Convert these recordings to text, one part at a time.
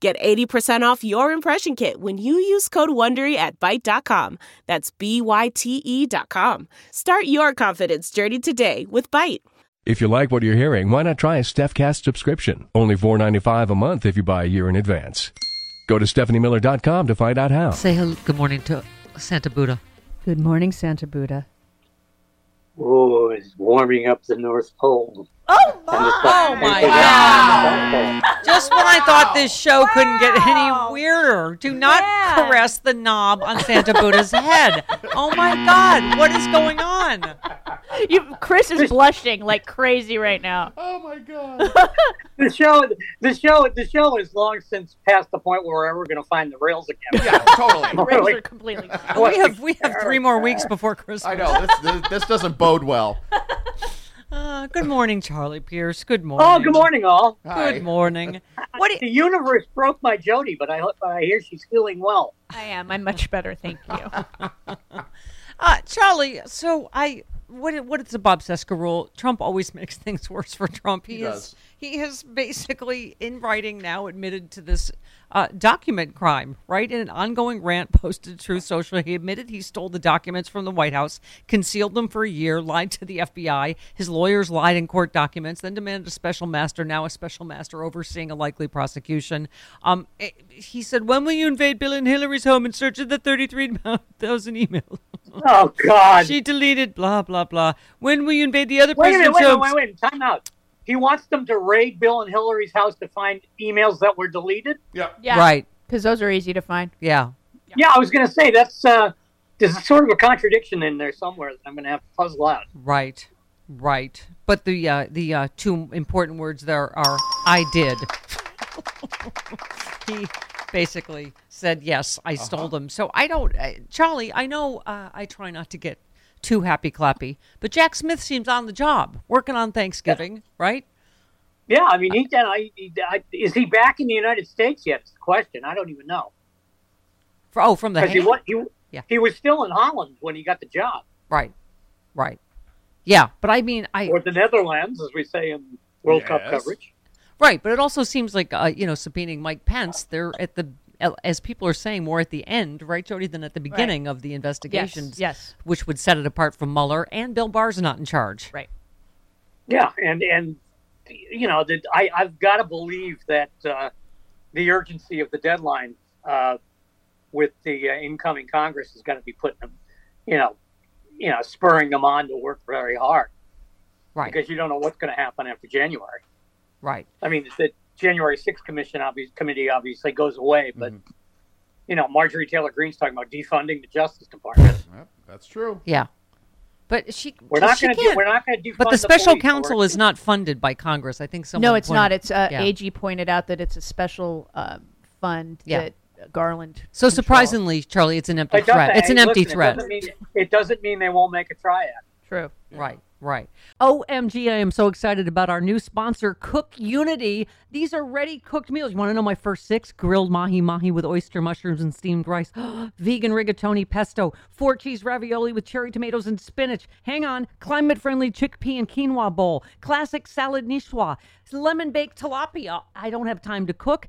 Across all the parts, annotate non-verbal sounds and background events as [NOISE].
Get 80% off your impression kit when you use code WONDERY at Byte.com. That's B-Y-T-E E dot com. Start your confidence journey today with Byte. If you like what you're hearing, why not try a StephCast subscription? Only $4.95 a month if you buy a year in advance. Go to StephanieMiller.com to find out how. Say hello, good morning to Santa Buddha. Good morning, Santa Buddha. Oh, it's warming up the North Pole. Oh my! Oh my Just when I thought this show couldn't get any weirder, do not Yeah. caress the knob on Santa Buddha's head. Oh my God, what is going on? You, Chris is blushing like crazy right now. The show, the show, the show is long since past the point where we're ever going to find the rails again. [LAUGHS] Yeah, totally. Rays Really? are completely. We have we have three more weeks before I Christmas. know this, this this doesn't bode well. Uh, good morning, Charlie Pierce. Good morning. Oh, good morning, all. Hi. Good morning. What? do The you- universe broke my Jody, but I hope I hear she's feeling well. I am. I'm much better, thank [LAUGHS] you. uh, Charlie? So I. What, what is the Bob Seska rule? Trump always makes things worse for Trump. He, He is does. he has basically in writing now admitted to this uh, document crime, right? In an ongoing rant posted to Truth Social, he admitted he stole the documents from the White House, concealed them for a year, lied to the FBI. His lawyers lied in court documents, then demanded a special master, now a special master overseeing a likely prosecution. Um, eh, he said, When will you invade Bill and Hillary's home in search of the 33,000 emails? Oh God! She deleted blah, blah, blah. When will you invade the other wait a minute! president's Wait, a minute, homes? wait, wait, wait! Time out. He wants them to raid Bill and Hillary's house to find emails that were deleted. Yeah. Yeah, Right. Because those are easy to find. Yeah. Yeah, I was going to say that's uh, there's sort of a contradiction in there somewhere that I'm going to have to puzzle out. Right, right. But the uh, the uh, two important words there are "I did." he basically said, "Yes, Uh-huh. I stole them." So I don't, I, Charlie. I know uh, I try not to get too happy clappy, but Jack Smith seems on the job, working on Thanksgiving, right? Yeah, I mean, he, did- I, he I, is he back in the United States yet? Is the question. I don't even know For, oh, from the because he hand. was he, Yeah. he was still in Holland when he got the job, right, right. Yeah, but I mean, I or the Netherlands, as we say in World Cup Yes. coverage. Right, but it also seems like uh, you know subpoenaing Mike Pence. They're at the uh, as people are saying more at the end, right, Jody, than at the beginning of the investigations. yes. which would set it apart from Mueller and Bill Barr's not in charge. Right. Yeah, and and you know, the, I I've got to believe that uh, the urgency of the deadline uh, with the uh, incoming Congress is going to be putting them, you know, you know, spurring them on to work very hard Right, because you don't know what's going to happen after January. right, I mean, the January 6th commission obvi- committee obviously goes away, but Mm-hmm. you know, Marjorie Taylor Greene's talking about defunding the Justice Department. Yep, that's true. yeah. But she, We're not she going to do. can't. We're not going to defund. but the special police. counsel We're- is not funded by Congress. I think someone. No, it's not. pointed- It's uh, Yeah. AG pointed out that it's a special uh, fund Yeah. that Garland. So controls. surprisingly, Charlie, it's an empty It doesn't- threat. It's hey, an empty listen, It threat. doesn't, mean, it doesn't mean they won't make a try at. it. True. Right, right. OMG, I am so excited about our new sponsor, Cook Unity. These are ready cooked meals. You want to know my first six? Grilled mahi mahi with oyster mushrooms and steamed rice, [GASPS] vegan rigatoni pesto, four cheese ravioli with cherry tomatoes and spinach. Hang on, climate friendly chickpea and quinoa bowl, classic salad niçoise, lemon baked tilapia. I don't have time to cook.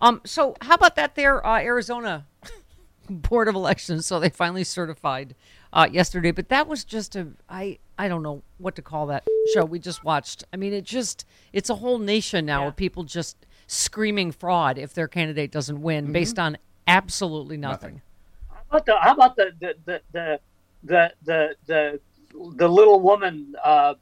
Um, so how about that there, uh, Arizona [LAUGHS] Board of Elections? So they finally certified uh, yesterday, but that was just a I I don't know what to call that show we just watched. I mean, it just it's a whole nation now of people just screaming fraud if their candidate doesn't win Mm-hmm. based on absolutely nothing. How about the how about the the the the the the, the, the little woman uh,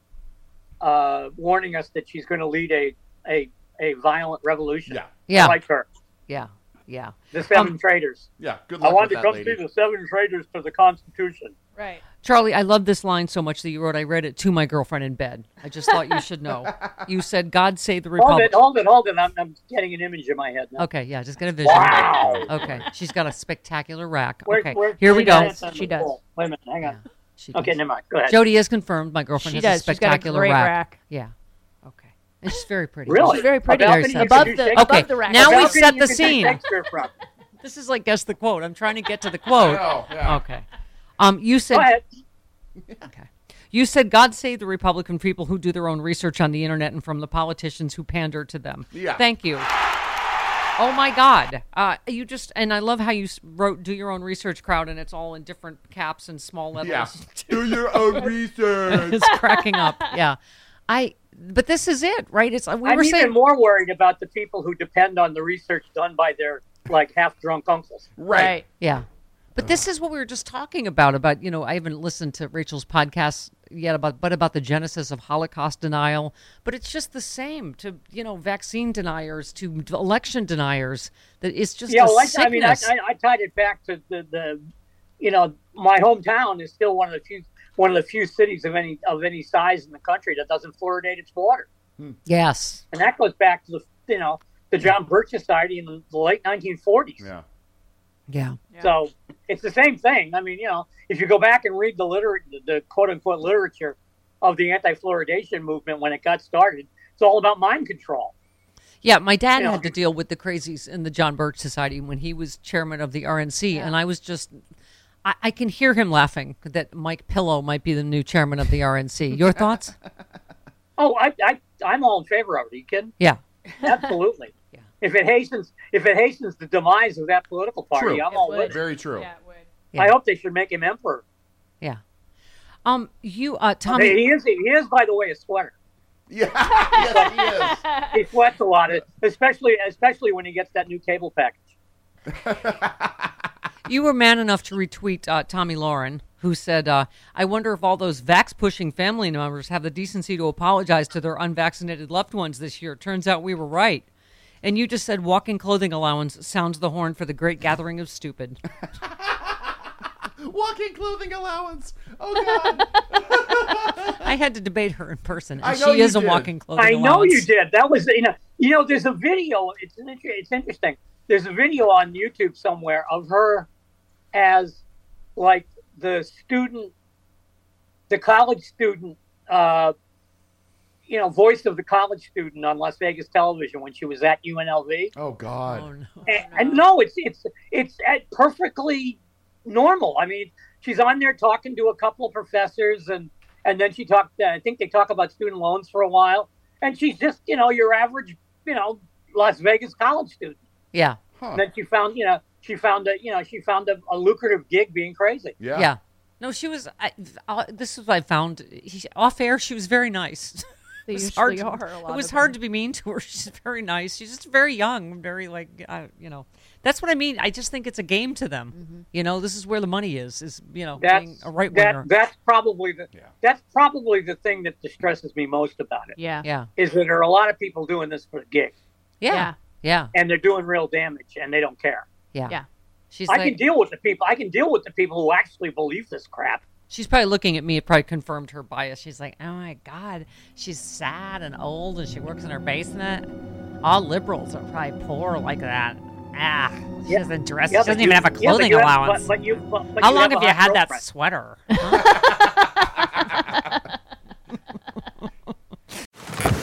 uh, warning us that she's going to lead a a a violent revolution? Yeah. Yeah. Um, I like her. Yeah, yeah. The seven traitors. Yeah. Good luck I want with to that come lady. see the seven traitors to the Constitution. Right. Charlie, I love this line so much that you wrote. I read it to my girlfriend in bed. I just thought you should know. [LAUGHS] You said, "God save the Hold Republic." it, hold it, hold it. I'm, I'm getting an image in my head now. Okay, yeah, just get a vision. Wow. Okay, she's got a spectacular rack. Where- okay, where- here we she got go. it on She the does. wall. Wait a minute, hang on. She Okay, does. never mind. Go ahead. Jody is confirmed. My girlfriend She has does. a She's got a spectacular great rack. rack. Yeah. Okay. And she's very pretty. Really? She's very pretty. A Very balcony sexy. you Above can the do Okay, above the rack. now A we balcony set you the can do scene. Shakespeare [LAUGHS] from. This is like guess the quote. I'm trying to get to the [LAUGHS] quote. Oh, yeah. Okay. Um, you said Go ahead. Okay. You said God save the Republican people who do their own research on the internet and from the politicians who pander to them. Yeah. Thank you. Oh my God. Uh, you just, and I love how you s- wrote do your own research crowd and it's all in different caps and small letters. Yeah. Do your [LAUGHS] own research. it's cracking up. [LAUGHS] Yeah. I, but this is it, right? It's, uh, we I'm were even saying, more worried about the people who depend on the research done by their like half drunk uncles. Right. Yeah. But this is what we were just talking about about, you know, I haven't listened to Rachel's podcast yet about but about the genesis of Holocaust denial, but it's just the same to, you know, vaccine deniers to election deniers that it's just Yeah, a well, I, I mean, I, sickness. I, I tied it back to the, the, you know, my hometown is still one of the few one of the few cities of any of any size in the country that doesn't fluoridate its water, yes. and that goes back to the you know the John Birch Society in the late 1940s. Yeah. Yeah. So it's the same thing. I mean, you know, if you go back and read the liter- the, the quote unquote literature of the anti-fluoridation movement when it got started, it's all about mind control. Yeah, my dad Yeah. had to deal with the crazies in the John Birch Society when he was chairman of the RNC, and I was just. I, I can hear him laughing that Mike Pillow might be the new chairman of the RNC. Your thoughts? Oh, I, I I'm all in favor of it. Are you kidding? Yeah. Absolutely. If it hastens, if it hastens the demise of that political party, True. I'm It all would. with it. Very true. Yeah, it would. Yeah. I hope they should make him emperor. Yeah. Um, you, uh, Tommy. Hey, he is, he is, by the way, a sweater. Yeah. yes, he is. He sweats a lot, especially especially when he gets that new cable package. You were man enough to retweet uh, Tommy Lauren, who said, uh, I wonder if all those vax pushing family members have the decency to apologize to their unvaccinated loved ones this year. Turns out we were right. And you just said, walking clothing allowance sounds the horn for the great gathering of stupid. Walking clothing allowance. Oh God. I had to debate her in person. And I know she you is a did. walking clothing I allowance. know you did. That was you know you know there's a video. It's an inter- it's interesting. There's a video on YouTube somewhere of her as like the student, the college student, uh, you know, voice of the college student on Las Vegas television when she was at UNLV. Oh Oh, God. no. And, and no, it's it's it's at perfectly normal. I mean, she's on there talking to a couple of professors, and and then she talked. uh, I think they talk about student loans for a while, and she's just you know your average you know Las Vegas college student. Yeah. Huh. And then she found you know she found a you know she found a, a lucrative gig being crazy. Yeah. Yeah. No, she was. I, uh, this is what I found he, off air. She was very nice. [LAUGHS] They It was usually hard to- are a lot it was of hard them. to be mean to her. [LAUGHS] She's very nice. She's just very young, very like uh, you know. That's what I mean. I just think it's a game to them. You know, this is where the money is. Is you know, being That's a right winger. that, that's probably the Yeah. that's probably the thing that distresses me most about it Yeah. Yeah. is that there are a lot of people doing this for the gig yeah, Yeah. yeah, and they're doing real damage and they don't care. yeah, Yeah. She's I like, can deal with the people. I can deal with the people who actually believe this crap. she's probably looking at me. It probably confirmed her bias. She's like, oh my god, she's sad and old, and she works in her basement. All liberals are probably poor like that. Ah, she Yeah. doesn't dress. Yeah, she but doesn't you- even have a yeah, but clothing you have- allowance. but- but you- but- but How long a have you hot had that girlfriend. sweater? [LAUGHS]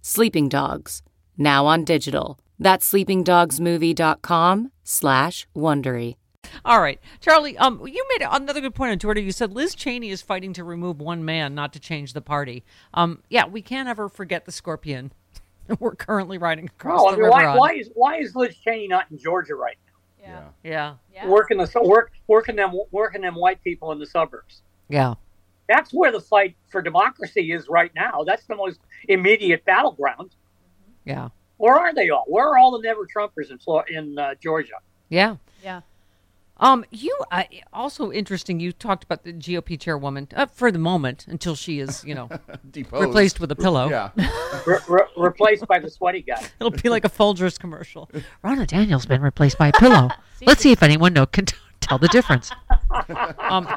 Sleeping Dogs, now on digital. That's sleepingdogsmovie.com slash Wondery. All right, Charlie. Um, you made another good point on Twitter. You said Liz Cheney is fighting to remove one man, not to change the party. Um, yeah, we can't ever forget the scorpion. [LAUGHS] that We're currently riding across No, Oh, I the mean, river. why, on. why is why is Liz Cheney not in Georgia right now? Yeah. Yeah, Yeah. Working the su- work working them working them white people in the suburbs. yeah, That's where the fight for democracy is right now. That's the most immediate battleground. yeah, Where are they all? Where are all the never Trumpers in Flor- in uh, Georgia? yeah. Yeah. Um, you uh, also interesting. You talked about the GOP chairwoman uh, for the moment until she is, you know, [LAUGHS] Deposed. replaced with a pillow. Oh, Yeah. Re- re- replaced by the sweaty guy. It'll be like a Folgers [LAUGHS] commercial. Ronna Daniels been replaced by a [LAUGHS] pillow. Let's see if anyone know, can t- tell the difference. [LAUGHS] um,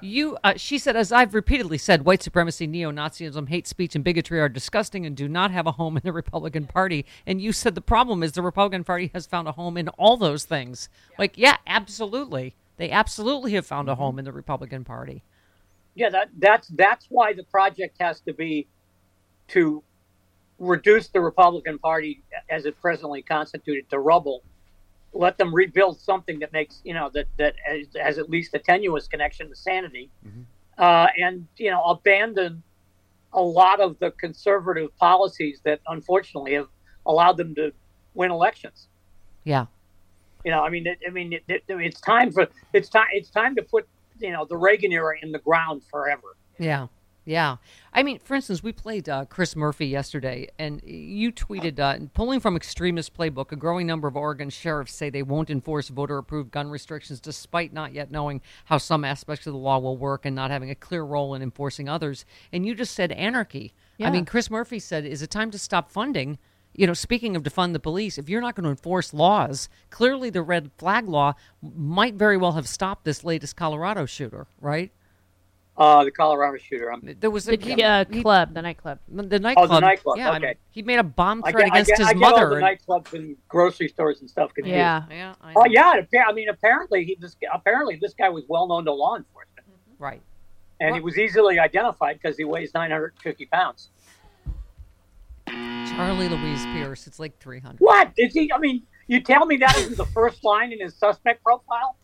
you, uh, she said, as I've repeatedly said, white supremacy, neo-Nazism, hate speech, and bigotry are disgusting and do not have a home in the Republican Party. And you said the problem is the Republican Party has found a home in all those things. Like, yeah, absolutely, they absolutely have found a home in the Republican Party. Yeah, that that's that's why the project has to be to reduce the Republican Party as it presently constituted to rubble. Let them rebuild something that makes you know that that has, has at least a tenuous connection to sanity, uh, and you know abandon a lot of the conservative policies that unfortunately have allowed them to win elections. Yeah, You know, I mean, it, I mean, it, it, it's time for it's time it's time to put you know the Reagan era in the ground forever. Yeah. Yeah. I mean, for instance, we played uh, Chris Murphy yesterday, and you tweeted uh, pulling from Extremist Playbook, a growing number of Oregon sheriffs say they won't enforce voter approved gun restrictions despite not yet knowing how some aspects of the law will work and not having a clear role in enforcing others. And you just said anarchy. I Yeah. mean, Chris Murphy said, is it time to stop funding? You know, speaking of defund the police, if you're not going to enforce laws, clearly the red flag law might very well have stopped this latest Colorado shooter, right? Uh, the Colorado shooter. I'm, There was a The uh, club, the nightclub. The nightclub. Oh, nightclub, Yeah, I mean, okay. he made a bomb I threat get, I against get, his I get all mother. the and- nightclubs and grocery stores and stuff confused. Yeah. yeah, I know. Oh yeah. and appa- I mean, apparently he this apparently this guy was well known to law enforcement, right. and he was easily identified because he weighs 950 pounds. Charlie Louise Pierce. It's like three hundred. What is he? I mean, you tell me that isn't the first line in his suspect profile?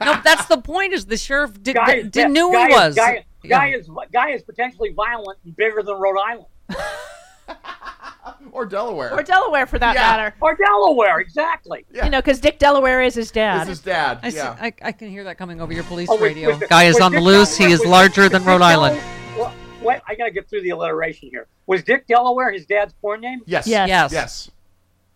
No, that's the point. Is the sheriff did, Guy did, knew guy he was? Is, guy, Yeah. guy is guy is potentially violent and bigger than Rhode Island [LAUGHS] Or Delaware. Or Delaware for that Yeah. matter. or Delaware, exactly. Yeah. You know, because Dick Delaware is his dad. This is dad. I, see- yeah. I, I can hear that coming over your police Oh, with- radio. with- guy is with on the Dick loose. He Delaware- is with- larger with than Dick Rhode Island. Delaware- Well, Wait, I got to get through the alliteration here. Was Dick Delaware his dad's porn name? yes. Yes. Yes. Yes.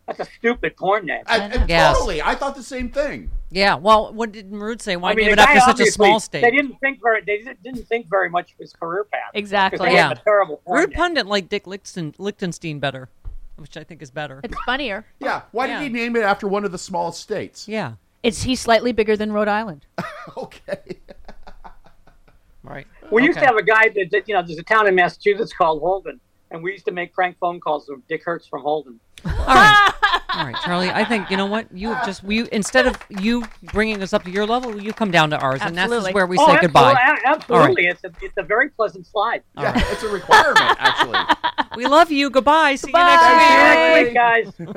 That's a stupid porn name. I, I- Yes. Totally. I thought the same thing. Yeah. Well, what did Marud say? Why I mean, give it the up guy to such a obviously- small stage? They didn't think very. They didn't- didn't think very much of his career path. 'cause Exactly. they had Yeah. A terrible. Rude foreign- pundit like Dick Lichten, Lichtenstein better, which I think is better. It's funnier. Yeah. Why did he name it after one of the small states? [LAUGHS] Yeah. It's he's slightly bigger than Rhode Island. Right. We used to have a guy that, that you know. There's a town in Massachusetts called Holden, and we used to make prank phone calls to Dick Hertz from Holden. All [LAUGHS] right, Charlie. I think you know what you have just we instead of you bringing us up to your level, you come down to ours, and that's Absolutely. just where we Oh, say abso- goodbye. a- All Absolutely, right. it's a it's a very pleasant slide. Yeah, it's a requirement, actually. We love you. Goodbye. See you Goodbye. next week. Thanks, guys.